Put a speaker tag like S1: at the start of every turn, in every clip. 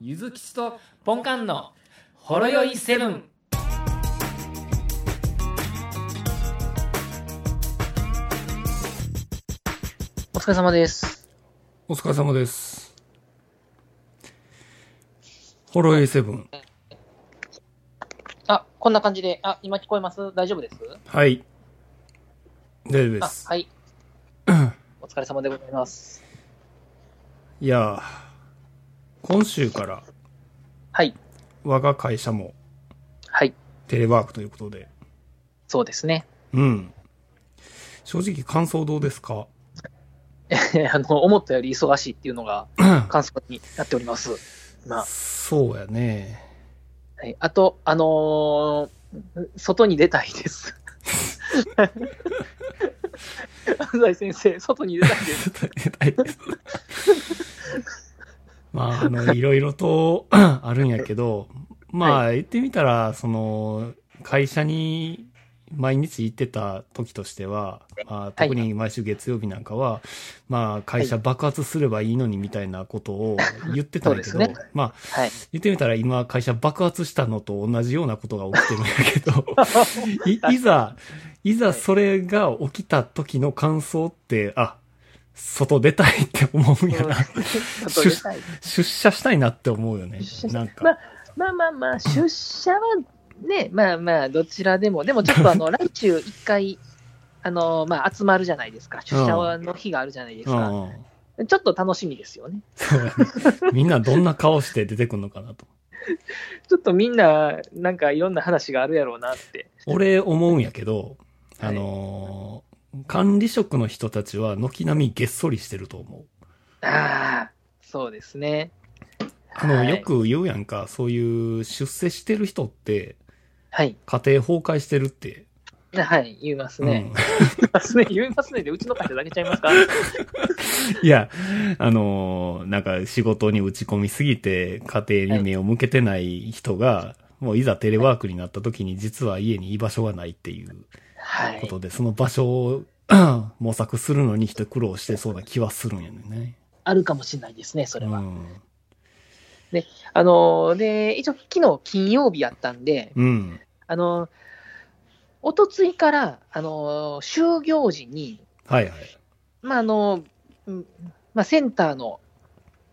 S1: ゆずきちとポンカンのほろよいセブン。
S2: お疲れ様です。
S3: お疲れ様です。ホロエイセブン。
S2: あ、こんな感じで、あ、今聞こえます大丈夫です
S3: はい。大丈夫で
S2: あ、
S3: す。
S2: はい。お疲れ様でございます。
S3: いやー、今週から
S2: はい。
S3: 我が会社も
S2: はい。
S3: テレワークということで。
S2: そうですね。
S3: うん。正直感想どうですか
S2: あの、思ったより忙しいっていうの が感想になっております。まあ、
S3: そうやね。
S2: はい、あと、あのー外に出たい です。安西先生、外に出たいです。
S3: まあ、あの、いろいろとあるんや けど、まあ、言ってみたら、その、会社に毎日行ってた時としては、まあ、特に毎週月曜日なんかは、まあ、会社爆発すればいいのにみたいなことを言ってたんやけ
S2: そ
S3: ど、
S2: うです
S3: まあ、
S2: はい。
S3: 言ってみたら今、会社爆発したのと同じようなことが起きてるんやけど、 いいざ、いざそれが起きた時の感想って、あ、外出たいって思うんやな。
S2: 外 出たい。
S3: 出社したいなって思うよね
S2: 出社。
S3: なん
S2: まあ
S3: か。
S2: まあまあまあ、出社はね、まあまあ、どちらでも、でもちょっとあの、 来週一回、あの、まあ、集まるじゃないですか。出社の日があるじゃないですか。
S3: うん。
S2: ちょっと楽しみですよね。
S3: そうやね。みんなどんな顔して出てくんのかなと。
S2: ちょっとみんな、なんかいろんな話があるやろうなって。
S3: 俺思うんやけど、
S2: はい
S3: あのー管理職の人たちは軒並みげっそりしてると思う。
S2: ああ、そうですね。
S3: あの、
S2: はい
S3: よく言うやんか、そういう出世してる人って、
S2: はい。
S3: 家庭崩壊してるって。
S2: はい、言います
S3: うん
S2: ね。言いますね。言いますね。で、うちの会社だけちゃいますか
S3: いや、あのーなんか仕事に打ち込みすぎて家庭に目を向けてない人が、もういざテレワークになった時に実は家に居場所がないっていう
S2: は
S3: こ
S2: い。
S3: とで、その場所を 模索するのに一苦労してそうな気はするんやね。
S2: あるかもしれないですね、そうれは。
S3: ん。
S2: あの、で、一応、昨日金曜日やったんで、
S3: うん。
S2: あの、おとついから、あの、就業時に、
S3: はいはい。
S2: まあ、あの、うんまあ、センターの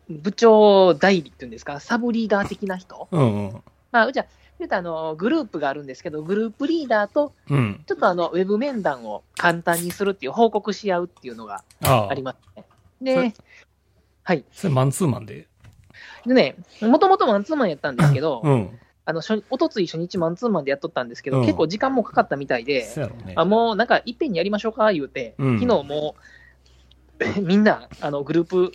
S2: 部長代理っていうんですか、サブリーダー的な人、
S3: うんうん。
S2: まあ、うちは、言うとあの、グループがあるんですけど、グループリーダーと、
S3: うん。
S2: ちょっとあの、ウェブ面談を簡単にするっていう、報告し合うっていうのが
S3: あ
S2: あ
S3: あ
S2: り。ますね。
S3: そ
S2: で
S3: れ、それマンツーマンで。
S2: でね、もともとマンツーマンやったんですけど、
S3: うん。
S2: あの、初おとつい初日マンツーマンでやっとったんですけど、
S3: うん
S2: 結構時間もかかったみたいで、
S3: そうやろうね。
S2: あもうなんかいっぺんにやりましょうか言うて、
S3: うん
S2: 昨日も うみんなあのグループ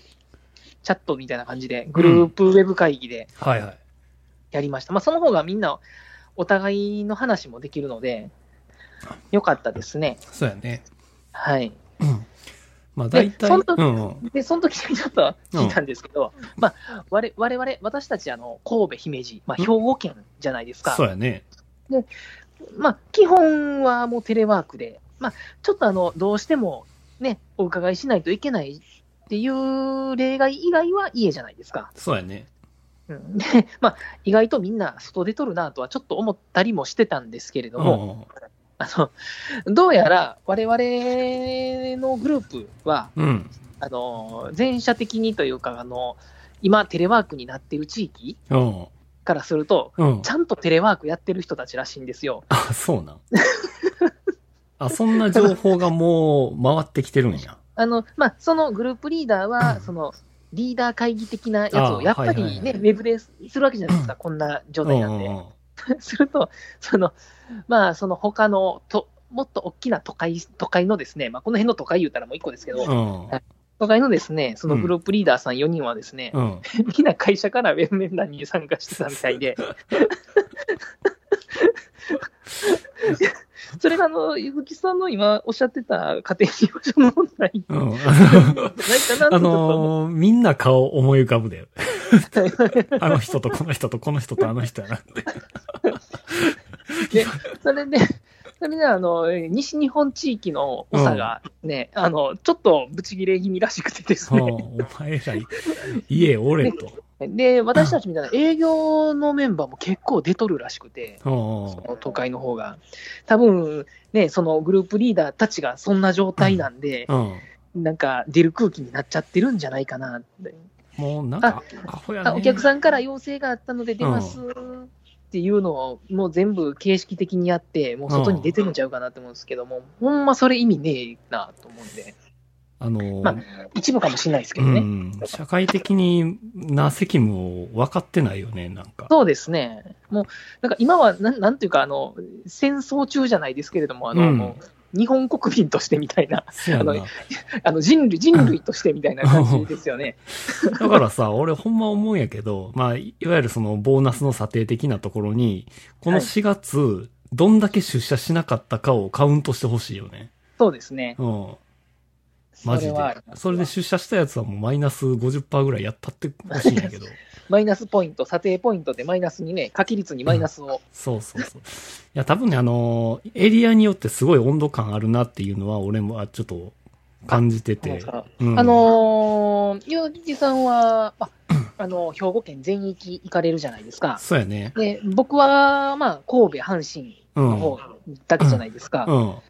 S2: チャットみたいな感じで、グループウェブ会議で
S3: はいはい。
S2: やりました。まあ、その方がみんなお互いの話もできるので、よかったですね。
S3: そうやね。
S2: はい。
S3: うん。まあ大体、
S2: そんな
S3: うんうん。
S2: で、その時にちょっと聞いたんですけど、まあ、我我々、私たち、あの、神戸、姫路、まあ、
S3: うん
S2: 兵庫県じゃないですか。
S3: そうやね。
S2: まあ、基本はもうテレワークで、まあ、ちょっとあの、どうしてもね、お伺いしないといけないっていう例外以外は家じゃないですか。
S3: そうやね。
S2: うん、 で、まあ、意外とみんな外出とるなとはちょっと思ったりもしてたんですけれど
S3: う
S2: も、
S3: んうん。
S2: あの、どうやら我々のグループは、
S3: うん。
S2: あの、全社的にというか、あの、今テレワークになっている地域
S3: うん。
S2: からすると、
S3: うん
S2: ち。ゃんとテレワークやってる人たちらしいんですよ。
S3: あ、そうなん。あ、そんな情報がもう回ってきてるんや。
S2: あの、まあ、そのグループリーダー
S3: う
S2: は、
S3: ん
S2: その、リーダー会議的なやつ
S3: あ
S2: を、
S3: ー
S2: やっぱ
S3: はい
S2: り
S3: はい
S2: ね、
S3: は
S2: ウ
S3: い
S2: ェブでするわけじゃないですか、こんな状態なん
S3: う
S2: で。
S3: ん
S2: すると、その、まあ、その他のと、もっと大きな都会、都会のですね、まあ、この辺の都会言うたらもう一個ですけど、
S3: うん。
S2: 都会のですね、そのグループリーダーさん4人はですね、
S3: うん。うん。
S2: みんな会社からウェブ面談に参加してたみたい で、それがあの、ゆずきさんの今おっしゃってた家庭に居場所の問題
S3: うん。あの
S2: ないかなと
S3: あ
S2: ちょっと思っ
S3: のーみんな顔思い浮か ぶで。
S2: て
S3: あの人とこの人とこの人とあの人やなって。
S2: それで、それであの西日本地域の長がね、あのちょっとブチギレ気味らしくてです
S3: うん
S2: ね、
S3: お前ら、家おれと。
S2: で、私たちみたいな営業のメンバーも結構出とるらしくて、
S3: お
S2: そ
S3: ー
S2: の都会の方が。多分ね、そのグループリーダーたちがそんな状態なんで、
S3: うん。
S2: なんか出る空気になっちゃってるんじゃないかなって。
S3: もうなんか、アホやね。
S2: あお客さんから要請があったので出ますっていうのを、もう全部形式的にやって、もう外に出てるんちゃうかなと思うんですけども、ほんまそれ意味ねえなと思うんで、
S3: あの、
S2: まあ一部かもしれないですけ
S3: う
S2: どね。
S3: ん。社会的にな責務を分かってないよね、なんか。
S2: そうですね。もう、なんか今はなん、なんていうか、あの、戦争中じゃないですけれども、あの、
S3: うん
S2: もう日本国民としてみたいな、
S3: そうやん
S2: あ
S3: な
S2: の。あの人類、人類としてみたいな感じですよね。
S3: だからさ、 俺ほんま思うんやけど、まあ、いわゆるそのボーナスの査定的なところに、この
S2: はい
S3: 4月、どんだけ出社しなかったかをカウントしてほしいよね。
S2: そうですね。
S3: うん。マジで
S2: それはありま。す
S3: それで出社したやつはもうマイナス50%ぐらいやったってほしいんや けど。
S2: マイナスポイント、査定ポイントでマイナスにね、書き率にマイナスを。
S3: そうそうそう。いや、多分ね、あのーエリアによってすごい温度感あるなっていうのは、俺も、あ、ちょっと、感じてて。
S2: あ
S3: うん
S2: あのー、ゆうじさんは、 あ、あの、兵庫県全域行かれるじゃないですか。
S3: そうやね。
S2: で、僕は、まあ、神戸、阪神
S3: うん。
S2: の
S3: うん
S2: 方。だけじゃないですか。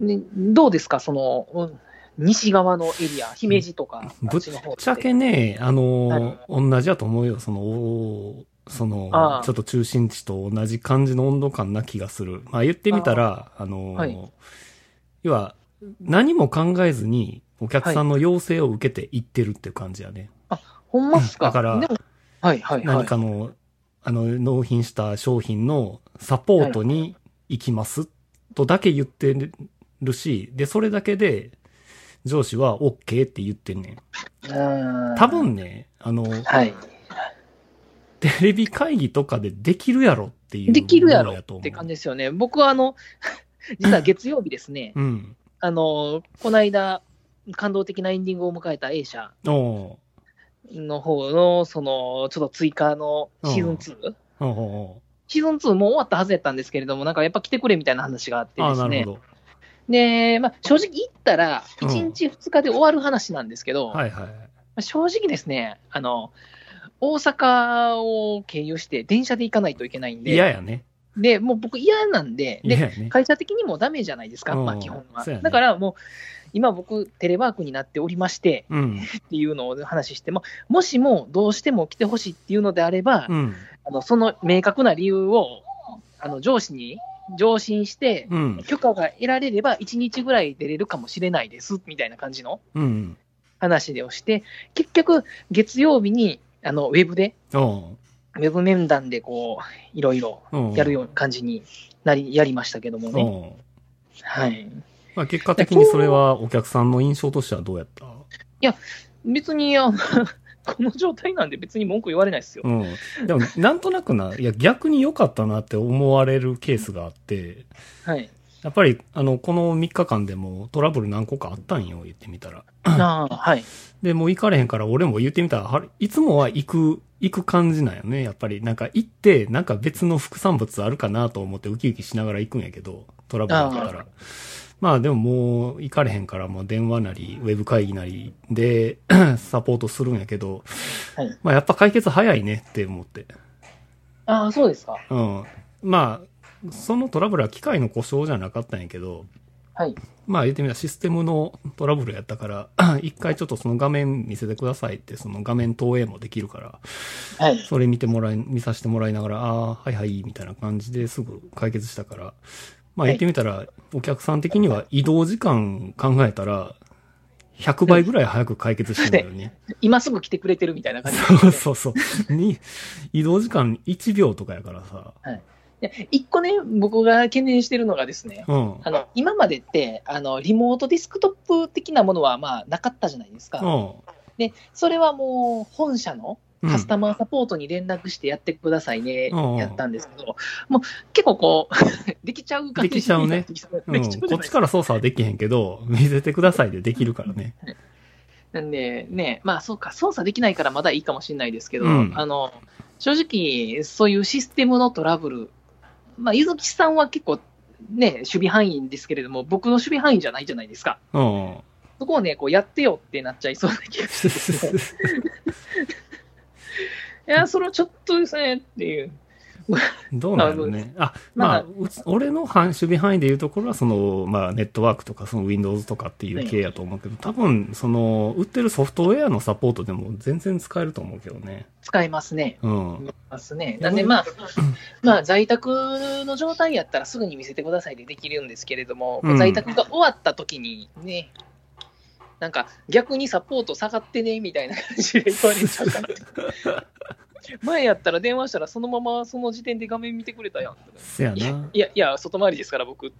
S2: ね、どうですか、その、うん西側のエリア、姫路とか、
S3: ぶ
S2: あ
S3: っ
S2: ちの方
S3: ちゃけね、あの
S2: は
S3: ー同じやと思うよ。その、おーその
S2: あ、あ
S3: ちょっと中心地と同じ感じの温度感な気がする。まあ言ってみたら、あのー
S2: はい
S3: 要は、何も考えずに、お客さんの要請を受けて行ってるっていう感じやね。
S2: ほんまっすか。
S3: だから
S2: でもはいはいは
S3: 何
S2: い。
S3: かの、あの、納品した商品のサポートに行きますとだけ言ってるし、で、それだけで上司は OK って言ってんねん。
S2: うん
S3: 多。分ね、あの、
S2: はい。
S3: テレビ会議とかでできるやろっていう。
S2: できるやろって感じですよね。僕は、あの、 実は月曜日ですね、
S3: うん。
S2: あの、この間、感動的なエンディングを迎えた A 社
S3: おう
S2: の方の、その、ちょっと追加のシーズン 2?、
S3: おうお
S2: シーズン2もう終わったはずやったんですけれども、なんかやっぱ来てくれみたいな話があっ
S3: う
S2: て
S3: あ
S2: で
S3: あ、
S2: す
S3: なる
S2: ね。
S3: ほ
S2: で、まあ、正直言ったら、
S3: うん
S2: 1日2日で終わる話なんですけど、
S3: ど。はいはい。
S2: まあ正直ですね、あの、大阪を経由して電車で行かないといけないん
S3: 嫌
S2: で、
S3: やね。
S2: で、もう僕嫌なんで、
S3: 嫌
S2: で、
S3: やね。
S2: 会社的にもダメじゃないですか、
S3: うん
S2: まあ基本は。
S3: そうやね
S2: だからもう、今僕テレワークになっておりまして
S3: うん。
S2: っていうのを話して、まあもしもどうしても来てほしいっていうのであれば、
S3: うん。
S2: あのその明確な理由をあの上司に上申して、
S3: うん。
S2: 許可が得られれば1日ぐらい出れるかもしれないですみたいな感じの
S3: うん。
S2: 話でをして、結局、月曜日にあのウェブで、
S3: お
S2: ウェブ面談でこういろいろ
S3: うん。
S2: やるような感じになり、やりましたけどもね。
S3: おう
S2: はい、
S3: まあ結果的にそれはお客さんの印象としてはどうやった
S2: 別にあの この状態なんで別に文句言われないですよ。
S3: うん。でも、なんとなくな、いや、逆に良かったなって思われるケースがあって、
S2: はい。
S3: やっぱり、あの、この3日間でもトラブル何個かあったんよ、言ってみたら。
S2: ああ、はい。
S3: で、もう行かれへんから、俺も言ってみたら、はるいつもは行く、行く感じなんよね。やっぱり、なんか行って、なんか別の副産物あるかなと思ってウキウキしながら行くんやけど、トラブルだったら。まあでももう行かれへんから、もう電話なり、ウェブ会議なりで サポートするんやけど、
S2: はい
S3: まあやっぱ解決早いねって思って。
S2: ああ、そうですか。
S3: うん。まあ、そのトラブルは機械の故障じゃなかったんやけど、
S2: はい。
S3: まあ言ってみたらシステムのトラブルやったから、 一回ちょっとその画面見せてくださいって、その画面投影もできるから、
S2: はい。
S3: それ見てもらい、見させてもらいながら、ああ、はいはい、みたいな感じですぐ解決したから、まあ言ってみたら、お客さん的には移動時間考えたら、100倍ぐらい早く解決してんだよ ね。
S2: 今すぐ来てくれてるみたいな感じですね、
S3: そうそうそう。に、移動時間1秒とかやからさ。
S2: いや一個ね、僕が懸念してるのがですね、
S3: うん。
S2: あの今までってあの、リモートディスクトップ的なものはまあなかったじゃないですか。
S3: うん。
S2: で、それはもう本社の
S3: うん
S2: カスタマーサポートに連絡してやってくださいね、
S3: うん
S2: やったんですけど、もう結構こう、 できちゃう感じ
S3: できちゃうね
S2: できちゃう
S3: う
S2: で
S3: ん、
S2: きちゃう
S3: こ
S2: じゃ
S3: っ
S2: ないで
S3: ち
S2: すか。
S3: から操作はできへんけど、見せてくださいでできるからね。
S2: なんでね、まあそうか、操作できないからまだいいかもしれないですけど、
S3: うん
S2: あの正直、そういうシステムのトラブル、まあ、ゆずきさんは結構、ね、守備範囲ですけれども、僕の守備範囲じゃないじゃないですか。
S3: うん。
S2: そこをね、こうやってよってなっちゃいそうな気がする。や、それはちょっとですね、っていう。
S3: どうなんだろうね。あ、まあ、うち俺の範守備範囲でいうところは、その、まあ、ネットワークとか、その Windows とかっていう系やと思うけど、多分、その、売ってるソフトウェアのサポートでも全然使えると思うけどね。
S2: 使えますね。
S3: うん。
S2: ますね。なんで、まあ、まあ、在宅の状態やったらすぐに見せてくださいでできるんですけれども、
S3: うん
S2: 在宅が終わった時にね、なんか逆にサポート下がってねみたいな感じで言われちゃうから。 前やったら電話したらそのままその時点で画面見てくれたやん。
S3: せやな。
S2: いや、いや、外回りですから僕。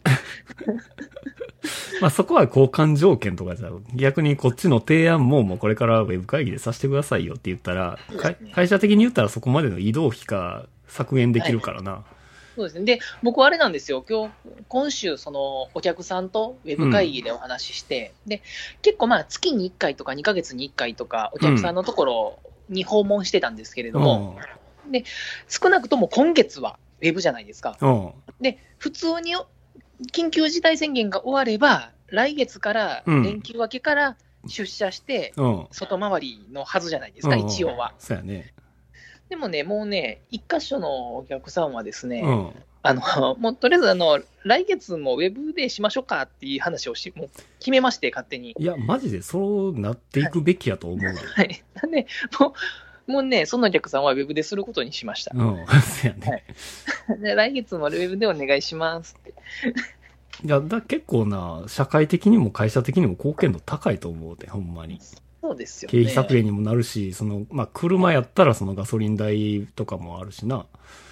S3: まあ、そこは交換条件とかじゃ、逆にこっちの提案も、もうこれからウェブ会議でさせてくださいよって言ったら、会会社的に言ったらそこまでの移動費か削減できるからな。
S2: そうですね。で、僕あれなんですよ。今日、今週、その、お客さんとウェブ会議でお話しして、で、結構まあ、月に1回とか2ヶ月に1回とか、お客さんのところに訪問してたんですけれども、少なくとも今月はウェブじゃないですか。
S3: うん。うん。
S2: で、普通に緊急事態宣言が終われば、来月から、
S3: うん
S2: 連休明けから出社して、
S3: うん。
S2: 外回りのはずじゃないですか、
S3: うん
S2: 一応は。
S3: そうやね。
S2: でもね、もうね、一箇所のお客さんはですね、
S3: うん。
S2: あの、 もうとりあえず、あの、来月もウェブでしましょうかっていう話をし、もう決めまして、勝手に。
S3: いや、マジでそうなっていくべきやと思うで。
S2: はい。 なんで、もう、もうね、そのお客さんはウェブですることにしました。
S3: うん。 そうやね。
S2: はいで来月もウェブでお願いしますって。
S3: いや、だ結構な、社会的にも会社的にも貢献度高いと思うで、ほんまに。
S2: そうですよね。
S3: 経費削減にもなるし、その、まあ、車やったらそのガソリン代とかもあるしな。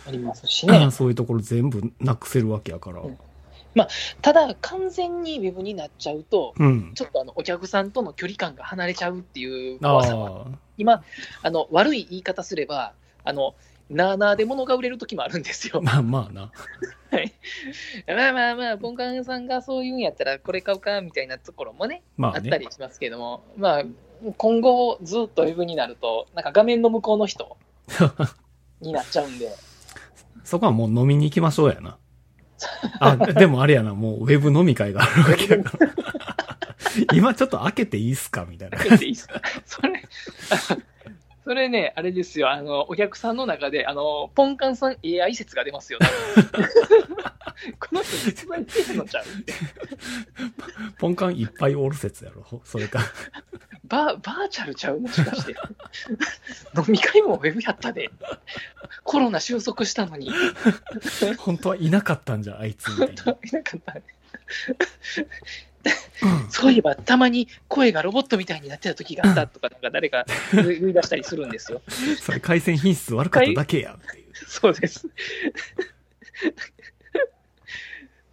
S2: ありますしね。
S3: そういうところ全部なくせるわけやから。
S2: うんただ、完全にウェブになっちゃうと、
S3: うん。
S2: ちょっとあのお客さんとの距離感が離れちゃうっていう
S3: あ
S2: 怖さは、
S3: あ。
S2: 今あの、悪い言い方すれば、あのなあなあで物が売れる時もあるんですよ。
S3: まあまあな。
S2: はいまあまあまあ、ポンカンさんがそういうんやったら、これ買うかみたいなところもね、
S3: ま
S2: あ
S3: あ
S2: った
S3: ね。
S2: りしますけども、まあ、今後、ずっとウェブになると、なんか画面の向こうの 人になっちゃうんで、
S3: そこはもう飲みに行きましょう やな。あ、でもあれやな、もうウェブ飲み会があるわけやから。 今ちょっと開けていいっすかみたいな。
S2: 開けていいですかそれ、それね、あれですよ、あの、お客さんの中で、あの、ポンカンさん AI 説が出ますよ、 多分この人実在してるのちゃう
S3: ポンカンいっぱいおる説やろ。それか。
S2: バー、バーチャルちゃうもしかして。飲み会もウェブやったで。コロナ収束したのに。い
S3: 本当はいなかったんじゃ、あいつみたい な。
S2: なかったね。そういえば、たまに声がロボットみたいになってた時があったとか、なんか誰か言い出したりするん ですよ。
S3: それ回線品質悪かっただけやっていう。
S2: そうです。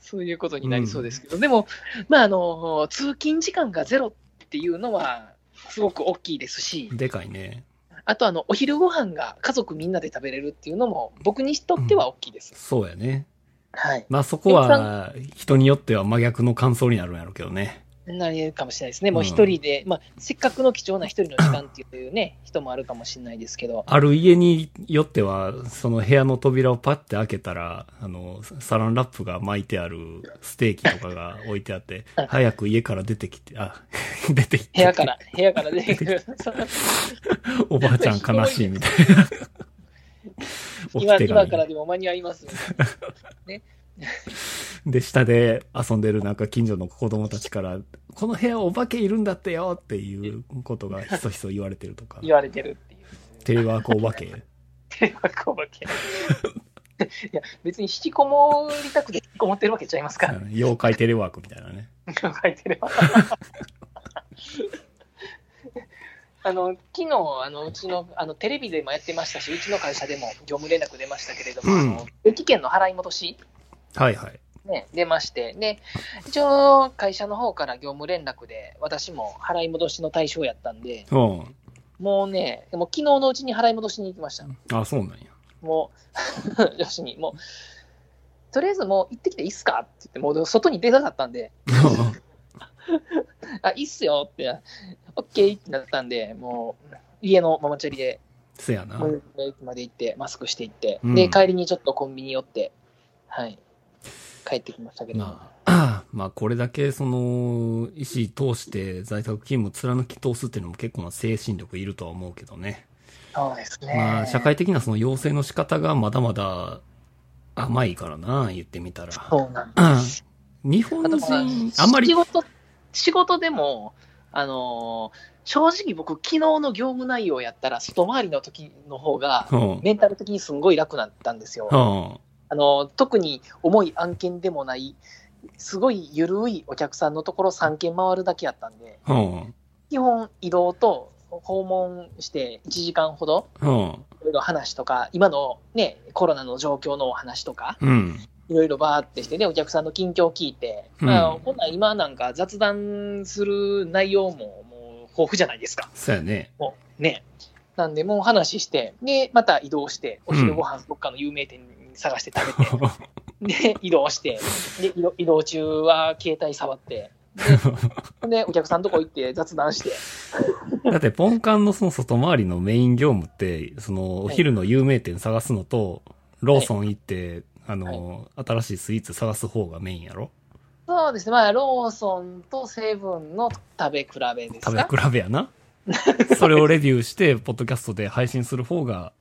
S2: そういうことになりそうですけど、でも、まああの、通勤時間がゼロっていうのは、すごく大きいですし、
S3: でかいね。
S2: あとあのお昼ご飯が家族みんなで食べれるっていうのも、僕にとっては大きいです。
S3: そうやね。
S2: はい。
S3: まあそこは、人によっては真逆の感想になるんやろうけどね。
S2: なれるかもしれないですね。もう
S3: うん
S2: 一人で、まあ、せっかくの貴重な一人の時間っていうね、人もあるかもしれないですけど、
S3: ある家によっては、その部屋の扉をパッて開けたら、あの、サランラップが巻いてあるステーキとかが置いてあって、早く家から出てきて、あ、 出てきて。
S2: 部屋か。ら、部屋から出てくる。
S3: おばあちゃん悲しいみたいな。
S2: 今
S3: 起きて
S2: 今
S3: が
S2: からでも間に合いますみたいな。
S3: で、下で遊んでるなんか近所の子供たちから、この部屋お化けいるんだってよっていうことがひそひそ言われてる とか。
S2: 言われてるっていう。
S3: テレワークお化け。
S2: テレワークお化け。いや、別に引きこもりたくて引きこもってるわけちゃいますから、
S3: 妖怪テレワークみたいなね。
S2: 考えてれば。 あの昨日あのうちのあのテレビでもやってましたし、うちの会社でも業務連絡出ましたけれども、
S3: うん
S2: あの定期券の払い戻し、
S3: はいはい。
S2: ね、出まして、で一応、会社の方から業務連絡で、私も払い戻しの対象やったんで、
S3: うん。
S2: もうね、もう昨日のうちに払い戻しに行きました。
S3: あ、そうなんや。
S2: もう、よ しに、もう、とりあえずもう行ってきていいっすかって言って、もう外に出たかったんで、あ、いいっすよって、オッケーってなったんで、もう、家のママチャリで、
S3: せやな
S2: も。う駅まで行って、マスクして行って、
S3: うん
S2: で、帰りにちょっとコンビニ寄って、はい、帰ってきましたけど、
S3: まあ、 まあ、これだけ、その、意思通して在宅勤務を貫き通すっていうのも結構な精神力いるとは思うけどね。
S2: そうですね。
S3: まあ、社会的なその要請の仕方がまだまだ甘いからな、言ってみたら。
S2: そうなんで
S3: うん日本
S2: す。あと
S3: 人、
S2: ま
S3: あんまり
S2: 仕、事、仕事でも、あのー正直僕、昨日の業務内容やったら、外回りの時の方が、
S3: うん、うん、
S2: メンタル的にすんごい楽だったんですよ。あの、特に重い案件でもない、すごい緩いお客さんのところ3件回るだけやったんで、
S3: うん、
S2: 基本移動と訪問して1時間ほど、
S3: うん、
S2: いろいろ話とか、今のね、コロナの状況のお話とか、
S3: うん、
S2: いろいろバーってしてね、お客さんの近況を聞いて、
S3: うん
S2: まあ、ほんなら今なんか雑談する内容ももう豊富じゃないですか。
S3: そうやね。
S2: もうね。なんで、もう話して、で、また移動して、お昼ご飯どっかの有名店探して食べて、で、移動して、で、移動移動中は携帯触って、で、でお客さんのとこ行って雑談して、
S3: だって、ポンカンのその外回りのメイン業務って、その、お昼の有名店探すのと、ローソン行って、あの、新しいスイーツ探す方がメインやろ
S2: そうですね、まあ、ローソンとセブンの食べ比べです
S3: 食べ
S2: か。
S3: 比べ やな。それをレビューして、ポッドキャストで配信する方が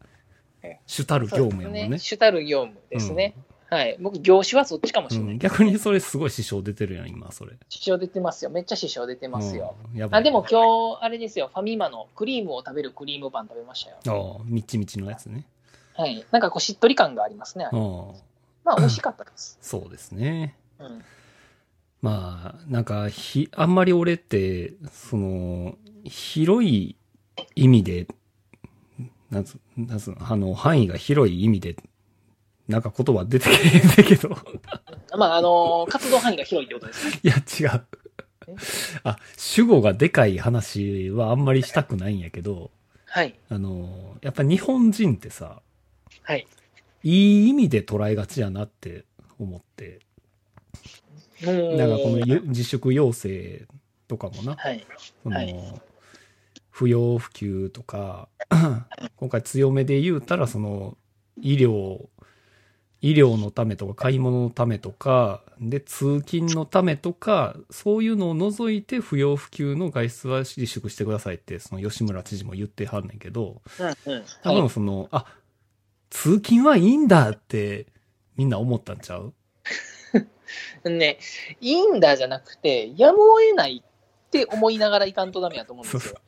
S2: え、
S3: 主たる
S2: そう
S3: 業
S2: です
S3: 務やもんね。
S2: 主たる業務ですね。はい。僕、業種はそっちかもし
S3: う
S2: れない。
S3: ん、逆にそれすごい支障出てるやん、今、それ。
S2: 支障出てますよ。めっちゃ支障出てますよ。
S3: うん。やばい。
S2: あでも今日、あれですよ、ファミマのクリームを食べるクリームパン食べましたよ。
S3: ああ、みちみちのやつね。
S2: はい。なんかこう、しっとり感がありますね。あ
S3: う
S2: れ
S3: ん。
S2: まあ、美味しかったです。
S3: そうですね。
S2: うん。
S3: まあ、なんか、ひ、あんまり俺って、その、広い意味で、なんつ、なんつうの、あの、範囲が広い意味で、なんか言葉出てけへんだけど。
S2: まあ、あのー活動範囲が広いってことですね。
S3: いや、違う
S2: え。
S3: あ、主語がでかい話はあんまりしたくないんやけど、
S2: はい。
S3: あの、やっぱ日本人ってさ、
S2: はい。
S3: いい意味で捉えがちやなって思って、
S2: もう
S3: なんかこのゆ自粛要請とかもな、
S2: はい。
S3: その、
S2: はい
S3: 不要不急とか、 今回強めで言うたら、その、医療、医療のためとか、買い物のためとか、で、通勤のためとか、そういうのを除いて不要不急の外出は自粛してくださいって、その吉村知事も言ってはんねんけど、
S2: うんうん。
S3: 多分その、あ、通勤はいいんだって、みんな思ったんち ゃう
S2: ね、いいんだじゃなくて、やむを得ないって思いながらいかんとダメやと思うんですよ。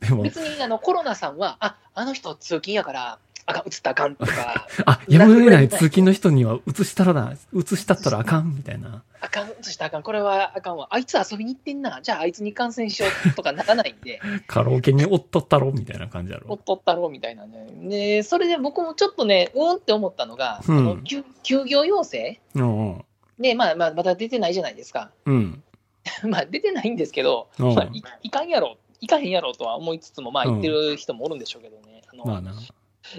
S3: でも、
S2: 別にあのコロナさんは、ああの人通勤やから、あかん、映ったらあかんとか、
S3: あ、やむを得ない通勤の人には移したらな、移したったらあかん、みたいな。
S2: あかん、映したらあかん、これはあかんわ、あいつ遊びに行ってんな、じゃああいつに感染しようとかならないんで、
S3: カラオケにおっとったろみたいな感じや
S2: おっ
S3: ろ。
S2: とったろうみたいなね。ねそれで僕もちょっとね、うんって思ったのが、
S3: うん
S2: あの休休業要請
S3: うんうん。
S2: で、まあまあ、まだ出てないじゃないですか。
S3: うん。
S2: まあ出てないんですけど、
S3: うん
S2: まあ、いいかんやろ、いかへんやろとは思いつつも、まあ言ってる人もおるんでしょうけどね、あの
S3: まあな。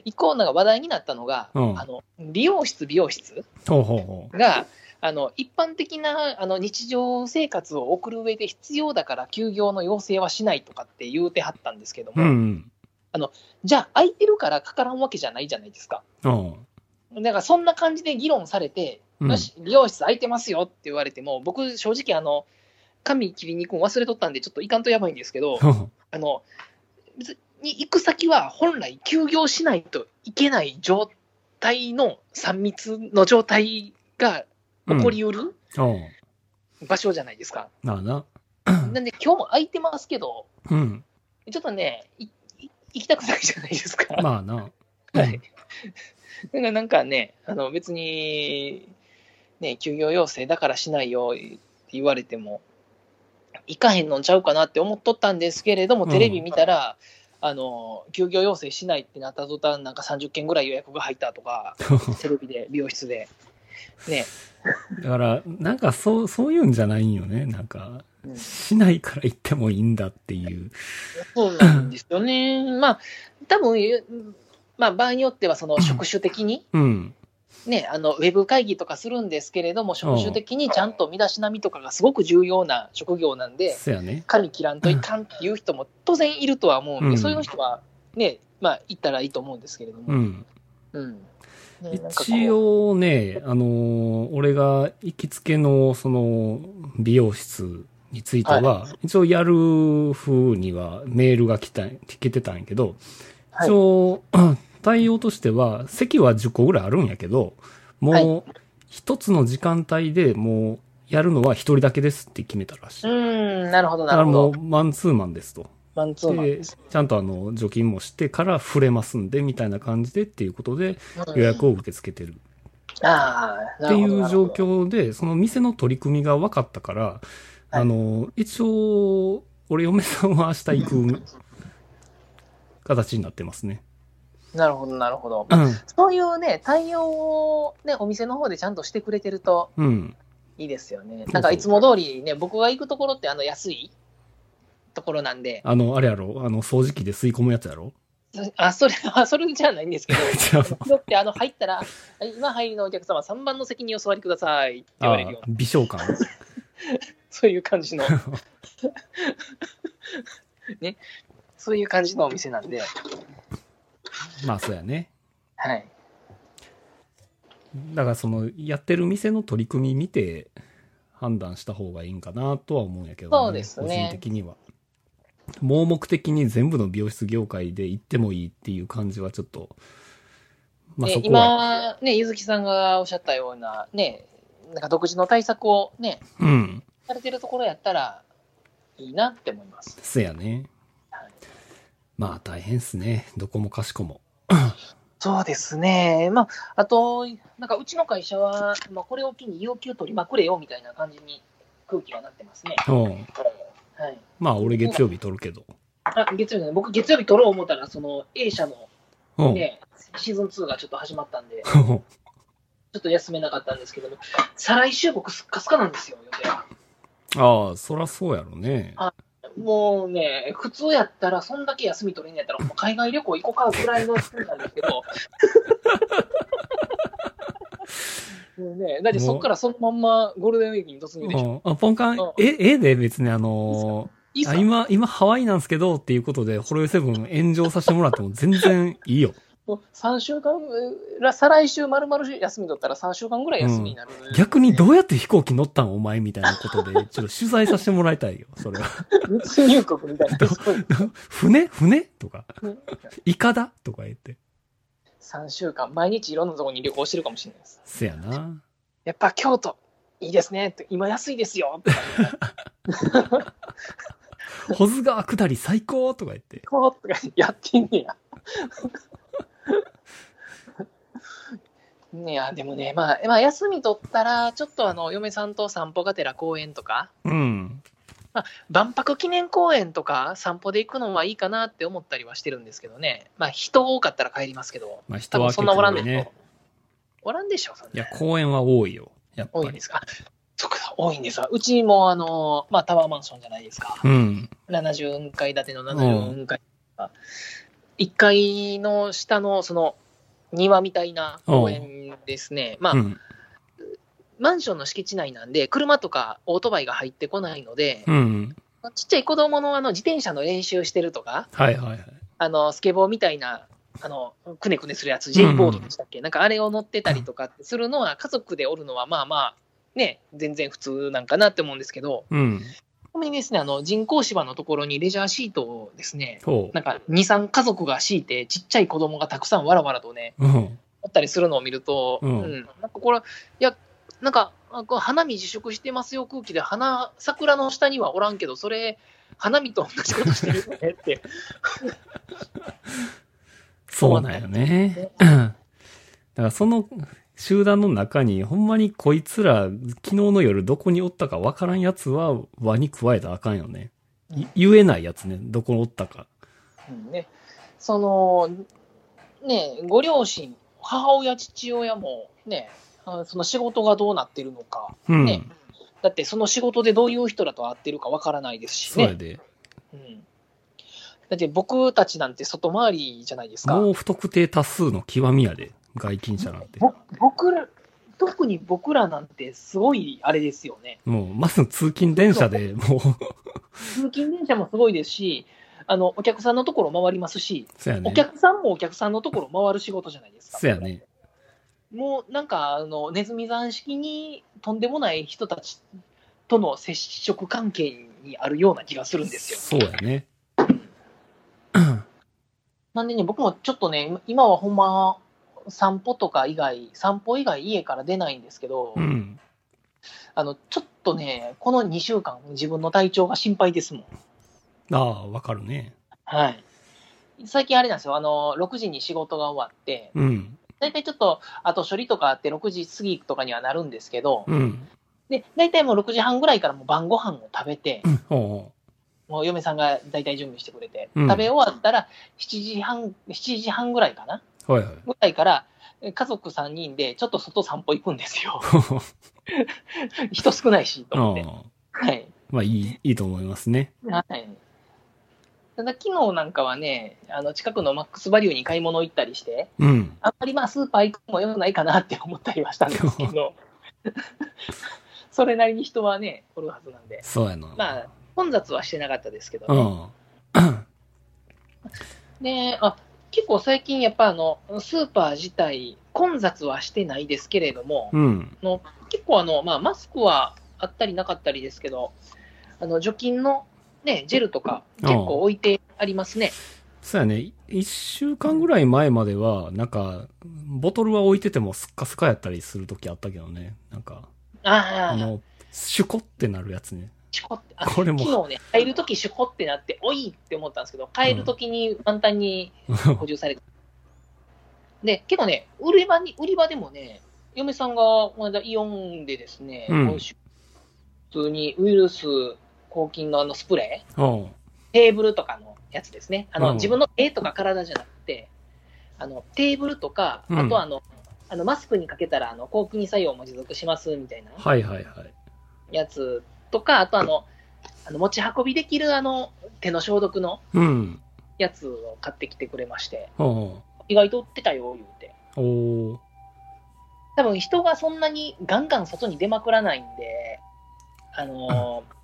S2: 一個なんか話題になったのが、
S3: うん
S2: あの美容室、美容室
S3: ほうほうほ
S2: が、あの一般的なあの日常生活を送る上で必要だから休業の要請はしないとかって言うてはったんですけど
S3: う。う
S2: も、
S3: ん。
S2: じゃあ、空いてるからかからんわけじゃないじゃないですか。
S3: うん。
S2: だからそんな感じで議論されて、
S3: うん
S2: よし、美容室空いてますよって言われても、僕、正直、あの髪切りに行くん忘れとったんで、ちょっといかんとやばいんですけど、
S3: うん
S2: あの別に行く先は本来休業しないといけない状態の3密の状態が起こりうる
S3: うん。
S2: 場所じゃないですか。
S3: まあな。
S2: なんで今日も空いてますけど、
S3: うん。
S2: ちょっとね、いい行きたくないじゃないですか。
S3: まあな。
S2: はい。 だからなんかね、あの別に、ね、休業要請だからしないよって言われても、行かへんのんちゃうかなって思っとったんですけれども、
S3: うん
S2: テレビ見たら、あの休業要請しないってなった途端、なんか30件ぐらい予約が入ったとか、テレビで、美容室で。ね、
S3: だから、なんかそう、そういうんじゃないんよね。なんか、
S2: うん
S3: しないから行ってもいいんだっていう。
S2: そうなんですよね。まあ、多分まあ、場合によっては、その職種的に、
S3: うん。
S2: ね、あのウェブ会議とかするんですけれども、職種的にちゃんと身だしなみとかがすごく重要な職業なんで、
S3: そやね。
S2: 髪切らんといかんっていう人も当然いるとは思うんで、
S3: うん
S2: そういう人はね、まあ、行ったらいいと思うんですけれども。
S3: うん。
S2: うんねなんかこう
S3: 一応ね、あのー俺が行きつけの、その、美容室については、一応やる風にはメールが来た、来てたんやけど、一応、 対応としては、席は10個ぐらいあるんやけど、
S2: は
S3: も、
S2: いう
S3: 一つの時間帯でもう、やるのは一人だけですって決めたらしい。
S2: うーん、なるほど、
S3: だ
S2: な
S3: から
S2: るほ
S3: も
S2: ど
S3: う、。マンツーマンですと。
S2: マンツーマン
S3: で、ちゃんとあの、除菌もしてから触れますんで、みたいな感じでっていうことで、
S2: うん
S3: 予約を受け付けてる。
S2: ああ、
S3: っ
S2: な
S3: て
S2: る
S3: い
S2: ほど。
S3: う
S2: なる
S3: 状
S2: ほど
S3: 況で、その店の取り組みが分かったから、あの、一応、俺嫁さんは明日行く形になってます ね。
S2: なるほど、なるほど。
S3: うん。
S2: そういうね、対応をね、お店の方でちゃんとしてくれてると
S3: うん。
S2: いいですよね
S3: そ。う
S2: なんかいつも通りね、僕が行くところってあの安いところなんで、
S3: あの、あれやろあの、掃除機で吸い込むやつやろ
S2: あ、それ は、それじゃないんです けど、
S3: じゃあ
S2: 拾ってあの入ったら、今入りのお客様3番の席にお座りくださいって言われるような、
S3: 微笑感。
S2: そういう感じ の、ね、そういう感じのお店なんで、
S3: まあ、そうやね。
S2: はい。
S3: だから、その、やってる店の取り組み見て、判断した方がいいんかなとは思うんやけど、
S2: そうですね
S3: 個人的には。盲目的に全部の美容室業界で行ってもいいっていう感じはちょっと、まあ、
S2: ね
S3: そこ
S2: 今、
S3: は。
S2: ね、ゆずきさんがおっしゃったような、ね、なんか独自の対策をね、
S3: うん。
S2: されてるところやったらいいなって思います。
S3: せやね。まあ大変っすね。どこもかしこも。
S2: そうですね。まあ、あと、なんかうちの会社は、まあ、これを機に要求取りまくれよみたいな感じに空気はなってますね。
S3: うん。
S2: はい。
S3: まあ俺月曜日撮るけど。
S2: あ、月曜日ね、僕月曜日取ろう思ったら、その A 社の
S3: うん。
S2: ね、シーズン2がちょっと始まったんで、ち
S3: うん
S2: ょっと休めなかったんですけども、再来週僕すっかすかなんですよ、予定は。
S3: ああ、そらそうやろね。
S2: もうね、普通やったら、そんだけ休み取れんやったら、ほんま海外旅行行こうかぐらいの気分なんですけ ど。もうね、だってそっからそのまんまゴールデンウィークに突入
S3: う
S2: でしょ。
S3: ん。あ、ポンカン
S2: うん、
S3: え、ええで別にあの
S2: いいっす
S3: あ、
S2: かも
S3: 今、今ハワイなんすけどっていうことで、ホロヨイセブン炎上させてもらっても全然いいよ。
S2: う3週間、ら再来週丸々休み取ったら3週間ぐらい休みになる、
S3: 逆にどうやって飛行機乗ったんお前みたいなことで、ちょっと取材させてもらいたいよ。そ れは。
S2: 密入国みたいな。すごい
S3: 船船とか
S2: ね。
S3: イカだとか言って。
S2: 3週間、毎日いろんなところに旅行してるかもしれないです。
S3: せやな。
S2: やっぱ京都、いいですねって。今安いですよ。って
S3: 保津川下り最高とか言って。
S2: こうとかやってんねや。 ねやでもね、まあ、まあ、休み取ったら、ちょっとあの嫁さんと散歩がてら公園とか、
S3: うん。
S2: 万博記念公園とか、散歩で行くのはいいかなって思ったりはしてるんですけどね、まあ、人多かったら帰りますけど、
S3: まあ人
S2: 多分
S3: は
S2: そんなおらんで
S3: 結
S2: し
S3: 構
S2: ょ。
S3: ね。
S2: おらんでしょ、そんない
S3: や、公園は多いよ。やっぱ
S2: 多いん
S3: り
S2: で。すか。そっか、多いんですわうちもあの、まあ、タワーマンションじゃないですか。
S3: うん。
S2: 74階建ての74階、1階の下のその庭みたいな公園ですね、まあ、
S3: うん。
S2: マンションの敷地内なんで、車とかオートバイが入ってこないので、
S3: うん。
S2: ちっちゃい子供のあの自転車の練習してるとか、
S3: はいはいはい。
S2: あのスケボーみたいな。あのくねくねするやつ、J ボードでしたっけ、なんかあれを乗ってたりとかするのは、家族でおるのは、まあまあ、ね、全然普通なんかなって思うんですけど、
S3: うん。
S2: ちなみにですね、あの人工芝のところにレジャーシートをですね、
S3: そ
S2: なんか2、3家族が敷いて、ちっちゃい子供がたくさんわらわらとね、
S3: う。うん。
S2: あったりするのを見ると、
S3: う
S2: うんん、なんかこれ、いや、なんか、あこう花見自粛してますよ、空気で、花、桜の下にはおらんけど、それ、花見と同じことしてるよねって、
S3: そうなんよね。うんだからその集団の中に、ほんまにこいつら、昨日の夜どこにおったかわからんやつは、輪に加えたらあかんよね。い言えないやつね。どこにおったか。
S2: うんね、その、ね、ご両親、母親、父親も、ね、あその仕事がどうなってるのか、
S3: う
S2: ね
S3: ん。
S2: だってその仕事でどういう人らと会ってるかわからないですし
S3: そうや
S2: ね。
S3: で。
S2: うんだって僕たちなんて外回りじゃないですか。
S3: もう不特定多数の極みやで。外勤者なんて。
S2: ぼ僕ら、特に僕らなんてすごいあれですよね。
S3: もう、まず通勤電車で、もう、
S2: 通勤電車もすごいですし、あの、お客さんのところ回りますし、
S3: そうやね
S2: お。客さんもお客さんのところ回る仕事じゃないですか。
S3: そうやね。
S2: もうなんか、あの、ネズミ山式にとんでもない人たちとの接触関係にあるような気がするんですよ。
S3: そうやね。
S2: なんでね、僕もちょっとね、今今はほんま、散歩とか以外、散歩以外家から出ないんですけど、
S3: うん。
S2: あの、ちょっとね、この2週間、自分の体調が心配ですもん。
S3: ああ、わかるね。
S2: はい。最近あれなんですよ、あの、6時に仕事が終わって、
S3: うん。
S2: 大体ちょっと、あと処理とかあって6時過ぎとかにはなるんですけど、
S3: うん。
S2: で、大体もう6時半ぐらいからもう晩ご飯を食べて、
S3: おう
S2: もう嫁さんが大体準備してくれて、
S3: うん
S2: 食べ終わったら7時半、7時半ぐらいかな
S3: おうはいはい。
S2: ぐらいから、え家族3人でちょっと外散歩行くんですよ。 人少ないし、と思って。
S3: ああ
S2: はい。
S3: まあ、いい、いいと思いますね。
S2: はい。ただ昨日なんかはね、あの近くのマックスバリューに買い物行ったりして、
S3: うん。
S2: あんまりまあスーパー行くのも良くないかなって思ったりはしたんですけ ど、それなりに人はね、おるはずなんで、
S3: そうやな。
S2: まあ、混雑はしてなかったですけど、
S3: うん。
S2: ねあ結構最近やっぱあの、スーパー自体、混雑はしてないですけれども、
S3: うん。
S2: 結構あの、まあ、マスクはあったりなかったりですけど、あの除菌の、ね、ジェルとか、結構置いてありますね。
S3: そうやね。一週間ぐらい前までは、なんか、ボトルは置いててもスッカスカやったりする時あったけどね。なんか、
S2: あ
S3: あ
S2: あ、
S3: の、シュコってなるやつ ね。
S2: シュコって、あ
S3: これ
S2: 昨
S3: も、
S2: 日ね、入るときシュコってなって、おいって思ったんですけど、帰るときに満タンに補充された。で、結構ね、売り場に、売り場でもね、嫁さんが、この間イオンでですね、
S3: うん
S2: 今週、普通にウイルス抗菌のあのスプレー、
S3: おう
S2: テーブルとかのやつですね。あの、
S3: うん
S2: 自分の絵とか体じゃなくて、あの、テーブルとか、
S3: うん
S2: あとあの、あのマスクにかけたらあの抗菌作用も持続しますみたいな
S3: はいはいはい。
S2: やつとか、あとあの、あの持ち運びできるあの手の消毒の
S3: うん。
S2: やつを買ってきてくれまして、
S3: おう
S2: 意外と売ってたよ、言うて。
S3: おう
S2: 多分人がそんなにガンガン外に出まくらないんで、あのー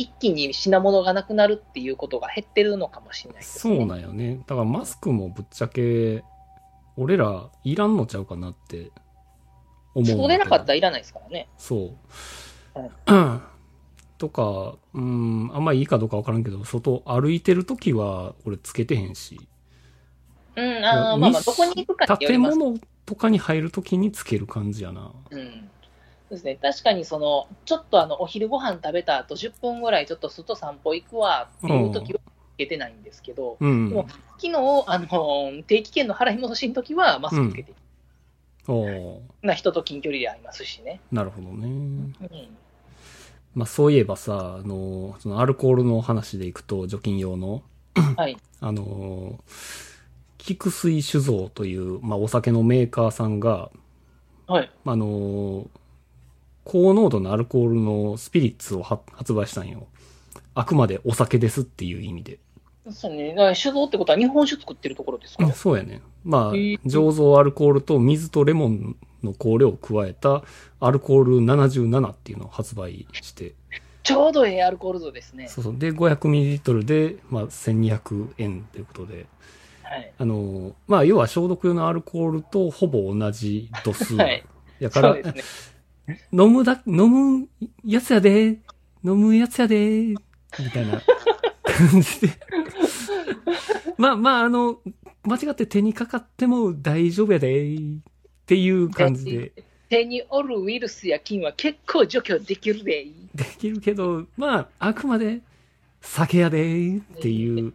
S2: 一気に品物がなくなるっていうことが減ってるのかもしれないです
S3: そうなんよね。だからマスクもぶっちゃけ、俺らいらんのちゃうかなって思うんだけど。
S2: そうでなかったらいらないですからね。
S3: そう。 とか、うん、あんまいいかどうかわからんけど、外歩いてるときは俺つけてへんし。
S2: うん、あーまあまあ、
S3: 日
S2: どこに行くかにより
S3: 建
S2: ます。
S3: 物とかに入るときにつける感じやな。
S2: うんそうですね、確かにそのちょっとあのお昼ご飯食べた後10分ぐらいちょっと外散歩行くわっていう時はつけてないんですけど、
S3: うん。
S2: も昨日、あの、定期券の払い戻しの時はマスクつけて、
S3: おー
S2: な人と近距離で会いますしね。
S3: なるほどね。
S2: うん。
S3: まあそういえばさ、あの、そのアルコールの話でいくと、除菌用の、
S2: はい。
S3: あの、菊水酒造という、まあお酒のメーカーさんが、
S2: はい。
S3: あのー高濃度のアルコールのスピリッツをは発売したんよ。あくまでお酒ですっていう意味で。
S2: そうね。だから酒造ってことは日本酒作ってるところですか、
S3: そうやね。まあ、
S2: へえ
S3: 醸造アルコールと水とレモンの香料を加えたアルコール77っていうのを発売して。
S2: ちょうどええアルコール度ですね。
S3: そうそう。で、500ml で、まあ、1200円ということで。
S2: はい。
S3: あのーまあ、要は消毒用のアルコールとほぼ同じ度数。
S2: はい
S3: やか
S2: そう
S3: ら
S2: で、すね。
S3: 飲むだ、飲むやつやで、飲むやつやで、みたいな 感じで。まあまあ、あの、間違って手にかかっても大丈夫やで、っていう感じで
S2: 手におるウイルスや菌は結構除去できるでいい。
S3: できるけど、まあ、あくまで酒やで、っていうも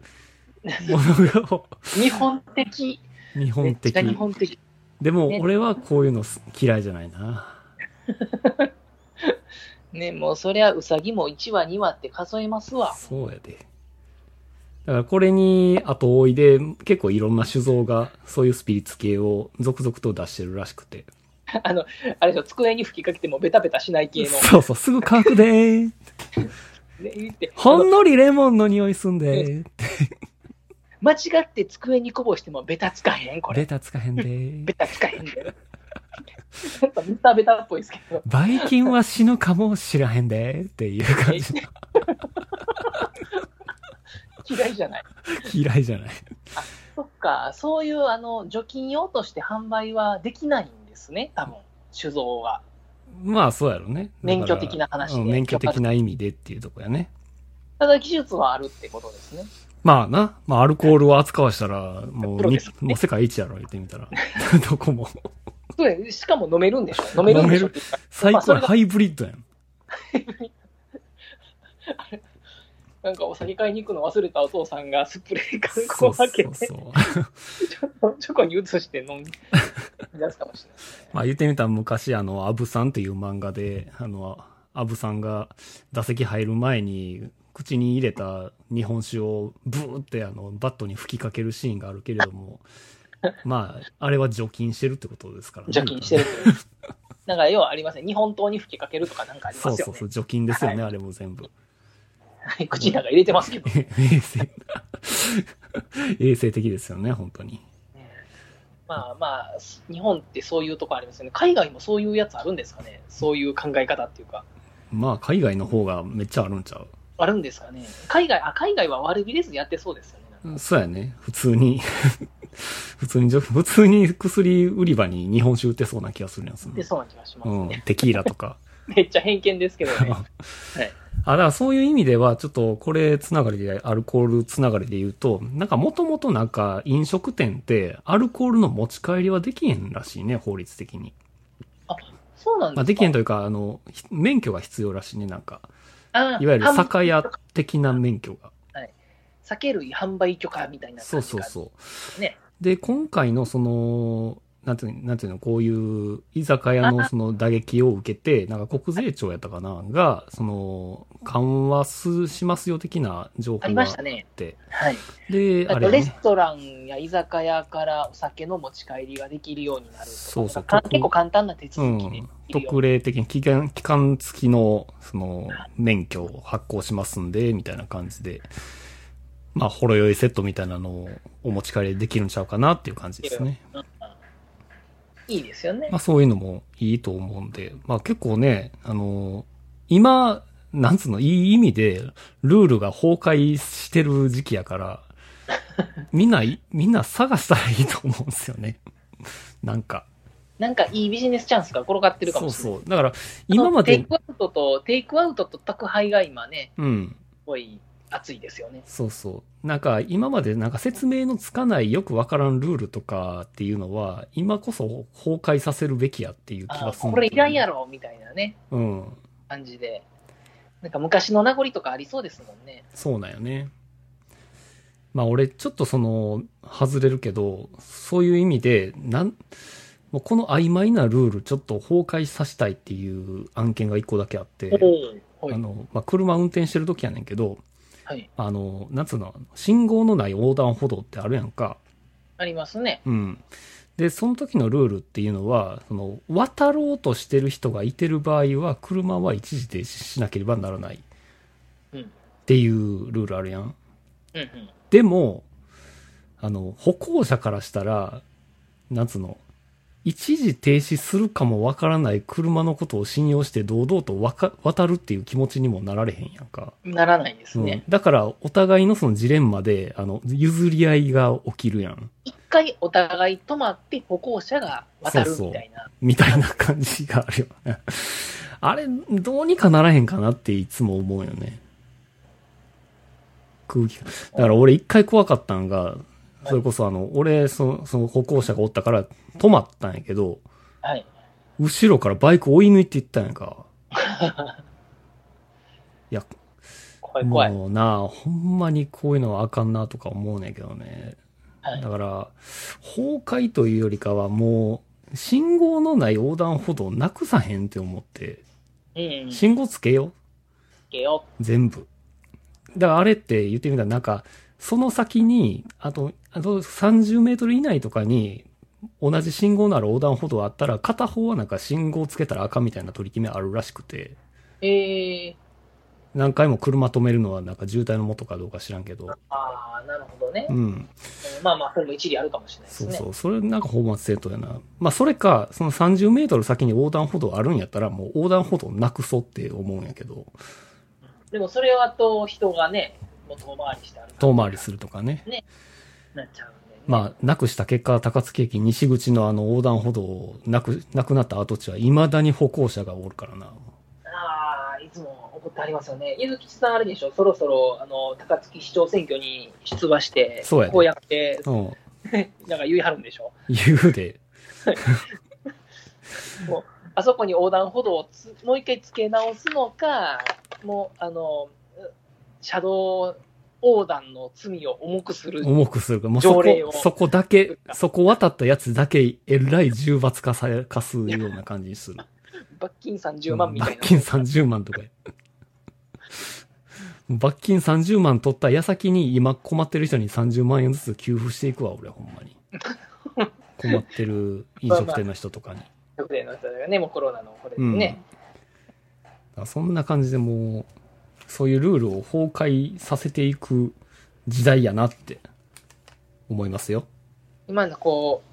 S3: のが
S2: 日本的。
S3: 日
S2: め
S3: 本
S2: っち
S3: 的
S2: ゃ。日本的。
S3: でも、俺はこういうの嫌いじゃないな。
S2: ね、もうそりゃうさぎも1羽2羽って数えますわ。
S3: そうやで。だからこれに後追いで結構いろんな酒造がそういうスピリッツ系を続々と出してるらしくて。
S2: あの、あれでしょ、机に吹きかけてもベタベタしない系の。
S3: そうそう、すぐ乾くで ー。
S2: ね、言って
S3: ほんのりレモンの匂いすんでー。
S2: 間違って机にこぼしてもベタつかへんこれ。
S3: レタつかへんでー
S2: ベ。タつかへんだよ。ちょっとミスターベタっぽいですけど。
S3: ばい菌は死ぬかもしらへんでーっていう感じの
S2: 嫌いじゃない。
S3: 嫌いじ ゃない。
S2: そっか、そういうあの除菌用として販売はできないんですね、多分酒造は。
S3: まあそうやろね。だから
S2: 免許的な話で
S3: うん免許的な意味でっていうとこやね。
S2: ただ技術はあるってことですね。
S3: まあな、まあアルコールを扱わしたら、もう
S2: プロ
S3: に、
S2: ですね
S3: もう世界一やろ、言ってみたら。 どこも。
S2: そうやしかも飲めるんでしょ飲めるんでしょ
S3: 飲最
S2: まあそ
S3: 高
S2: れ
S3: や、
S2: が
S3: ハイブリッドやん。
S2: なんかお酒買いに行くの忘れたお父さんがスプレー缶
S3: そ
S2: こ
S3: う
S2: う
S3: そ
S2: 開
S3: う
S2: けて、
S3: そう。
S2: チョコに移して飲んで、出すかもしれない。
S3: まあ言ってみたら昔、あの、アブさんという漫画で、あの、アブさんが打席入る前に、口に入れた日本酒をブーってあの、バットに吹きかけるシーンがあるけれ ども、まあ、あれは除菌してるってことですからね。
S2: 除菌してるけど。なんか要はありません。日本刀に吹きかけるとかなんかあり
S3: そ
S2: ま
S3: う
S2: すよ
S3: そ
S2: ね。
S3: うそう、除菌ですよね、あれも全部。
S2: はい口の中入れてますけど。
S3: 衛生。 衛生的ですよね、本当に。
S2: まあまあ、日本ってそういうとこありますよね。海外もそういうやつあるんですかね。そういう考え方っていうか。
S3: まあ、海外の方がめっちゃあるんちゃ
S2: あるんですかね。海外、あ、海外は悪びれずやってそうですよね。
S3: うそうやね。普通に、 普通に除、普通に薬売り場に日本酒売ってそうな気がするやつ
S2: で
S3: ね。
S2: そうな気がします
S3: うん
S2: ね。、
S3: テキーラとか。
S2: めっちゃ偏見ですけど ね。
S3: あ、だからそういう意味では、ちょっとこれつながりで、アルコールつながりで言うと、なんかもともとなんか飲食店って、アルコールの持ち帰りはできへんらしいね、法律的に。
S2: そうなんですか
S3: まあ、できへんというか、あの、ひ免許が必要らしいね、なんか。
S2: あ
S3: いわゆる
S2: 販
S3: 酒屋的な免許が。
S2: 酒類販売許可みたいな感
S3: そう
S2: じ
S3: そう
S2: が
S3: そう。
S2: ね
S3: で、今回のその、なんていうの、なんていうの、こういう居酒屋のその打撃を受けて、なんか国税庁やったかな、が、その、緩和す、しますよ的な情
S2: あ
S3: 報
S2: り
S3: が
S2: ま
S3: あ
S2: した
S3: っ
S2: ね。
S3: て。
S2: はい。
S3: で、
S2: あ
S3: あ
S2: と
S3: れ、
S2: レス
S3: ね、
S2: トランや居酒屋からお酒の持ち帰りができるようになるとか
S3: そうそう
S2: か
S3: 特
S2: 結構簡単な手
S3: う
S2: 続きででき
S3: ん。
S2: るよう
S3: 特例的に期間、期間付きの、その、免許を発行しますんで、みたいな感じで、まあ、ほろ酔いセットみたいなのをお持ち帰りでできるんちゃうかなっていう感じですね。
S2: いいですよね
S3: ま。あそういうのもいいと思うんで、まあ結構ね、あの、今、なんつうの、いい意味で、ルールが崩壊してる時期やから、みんな、みんな探したらいいと思うんですよね。なんか。
S2: なんかいいビジネスチャンスが転がってるか
S3: そ
S2: も
S3: う
S2: しれない。
S3: そう。だから、今ま
S2: テイ
S3: で、
S2: クアウトと、テイクアウトと宅配が今ね、
S3: うん。
S2: すごい熱いですよね。
S3: そうそう。なんか、今までなんか説明のつかないよくわからんルールとかっていうのは、今こそ崩壊させるべきやっていう気
S2: あ
S3: が
S2: あ
S3: するん
S2: こ
S3: だ
S2: れ
S3: け
S2: い
S3: ど
S2: らんやろみたいなね、
S3: うん。
S2: 感じで。なんか昔の名残とかありそうですもんね。
S3: そうなんよね。まあ俺、ちょっとその、外れるけど、そういう意味で、なん、もうこの曖昧なルール、ちょっと崩壊させたいっていう案件が一個だけあって、
S2: おお、は
S3: あ
S2: い。
S3: の、まあ車運転してる時やねんけど、
S2: はい。
S3: あの、なんつうの、信号のない横断歩道ってあるやんか。
S2: ありますね。
S3: うん。で、その時のルールっていうのは、その、渡ろうとしてる人がいてる場合は、車は一時停止しなければならない。
S2: うん
S3: っていうルールあるやん。
S2: うんうん。
S3: でも、あの、歩行者からしたら、なんつうの、一時停止するかもわからない車のことを信用して堂々とわか渡るっていう気持ちにもなられへんやんか。
S2: ならないです
S3: うん
S2: ね。
S3: だから、お互いのそのジレンマで、あの、譲り合いが起きるやん。
S2: 一回お互い止まって歩行者が渡る
S3: そうそう
S2: みたいな。
S3: みたいな感じがあるよね。あれ、どうにかならへんかなっていつも思うよね。空気感だから俺一回怖かったんが、それこそあの、俺、その、その歩行者がおったから止まったんやけど、
S2: はい。
S3: 後ろからバイク追い抜いていったんやんか。いや、
S2: 怖い怖い。
S3: もうなあ、ほんまにこういうのはあかんなとか思うねんけどね。
S2: はい
S3: だから、崩壊というよりかはもう、信号のない横断歩道なくさへんって思って、
S2: うん。つ
S3: 信号つけよう。
S2: けよ
S3: 全部。だからあれって言ってみたらなんか、その先に、あと、あと30メートル以内とかに、同じ信号のある横断歩道あったら、片方はなんか信号つけたら赤みたいな取り決めあるらしくて、
S2: えー、
S3: 何回も車止めるのはなんか渋滞の元かどうか知らんけど、
S2: ああ、なるほどね
S3: う。ん。
S2: まあまあ、それも一理あるかもしれないです
S3: そう
S2: ね。
S3: そう。それなんか本末正当やな。まあそれか、その30メートル先に横断歩道あるんやったら、もう横断歩道なくそうって思うんやけど、
S2: でもそれはと人がね、もう遠回りしてある
S3: 遠回りするとかね。
S2: なっちゃうんで、ね。
S3: まあ、なくした結果、高槻駅西口のあの横断歩道をなく、なくなった跡地は未だに歩行者がおるからな。
S2: ああ、いつも思ってありますよね。ゆずきちさん、あれでしょ、そろそろ、あの、高槻市長選挙に出馬して、
S3: そうやね
S2: こうやって、
S3: うん。
S2: なんか言い張るんでしょ。
S3: 言うで。
S2: あそこに横断歩道をつもう一回付け直すのか、もう、あの、車道横断の罪を重くする。
S3: 重くするから。もうそ
S2: 条例を
S3: こ、そこだけ、そこ渡ったやつだけ、えらい重罰化され、化すような感じにする。
S2: 罰金30万みたいな。
S3: 罰金30万とかや。罰金30万取った矢先に今困ってる人に30万円ずつ給付していくわ、俺ほんまに。困ってる飲食店の人とかに。
S2: 100年の人がね、もうコロナのこれで
S3: うん
S2: ね。
S3: だからそんな感じでもう、そういうルールを崩壊させていく時代やなって思いますよ。
S2: 今のこう、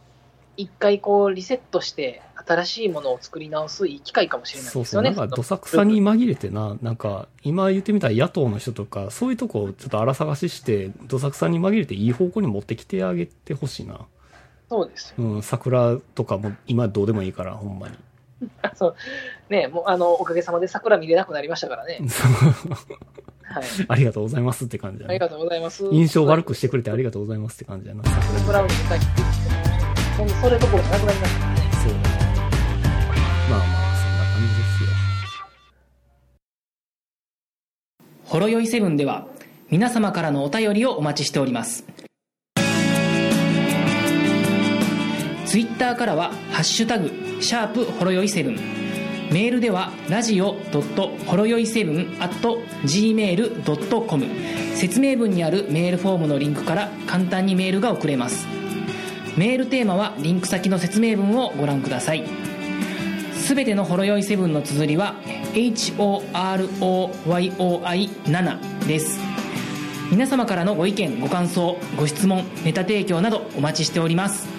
S2: 一回こうリセットして、新しいものを作り直すいい機会かもしれない
S3: そう
S2: です
S3: そ
S2: よ
S3: う、
S2: ね。
S3: なんかどさくさに紛れてな、なんか今言ってみたら野党の人とか、そういうとこをちょっと荒探しして、どさくさに紛れていい方向に持ってきてあげてほしいな。
S2: そうですよ。
S3: うん、桜とかも今どうでもいいから、ほんまに。
S2: あそうね、もうあのおかげさまで桜見れなくなりましたからね。はい、
S3: ありがとうございますって感じだ
S2: あり
S3: ね。
S2: がとうございます。
S3: 印象悪くしてく
S2: れ。
S3: れてありがとうございますって感じだな。
S2: 桜を見たいって言っても、それどころじゃなくなりましたからね。
S3: そうだね。まあまあ、そんな感じですよ。
S1: ほろよいセブンでは皆様からのお便りをお待ちしておりますツイッターからは「ハッシュタグシャープほろよいセブン」メールではラジオほろよい7 gmail.com 説明文にあるメールフォームのリンクから簡単にメールが送れますメールテーマはリンク先の説明文をご覧くださいすべてのほろ酔いセブンの綴りは HOROYOI7 です皆様からのご意見ご感想ご質問ネタ提供などお待ちしております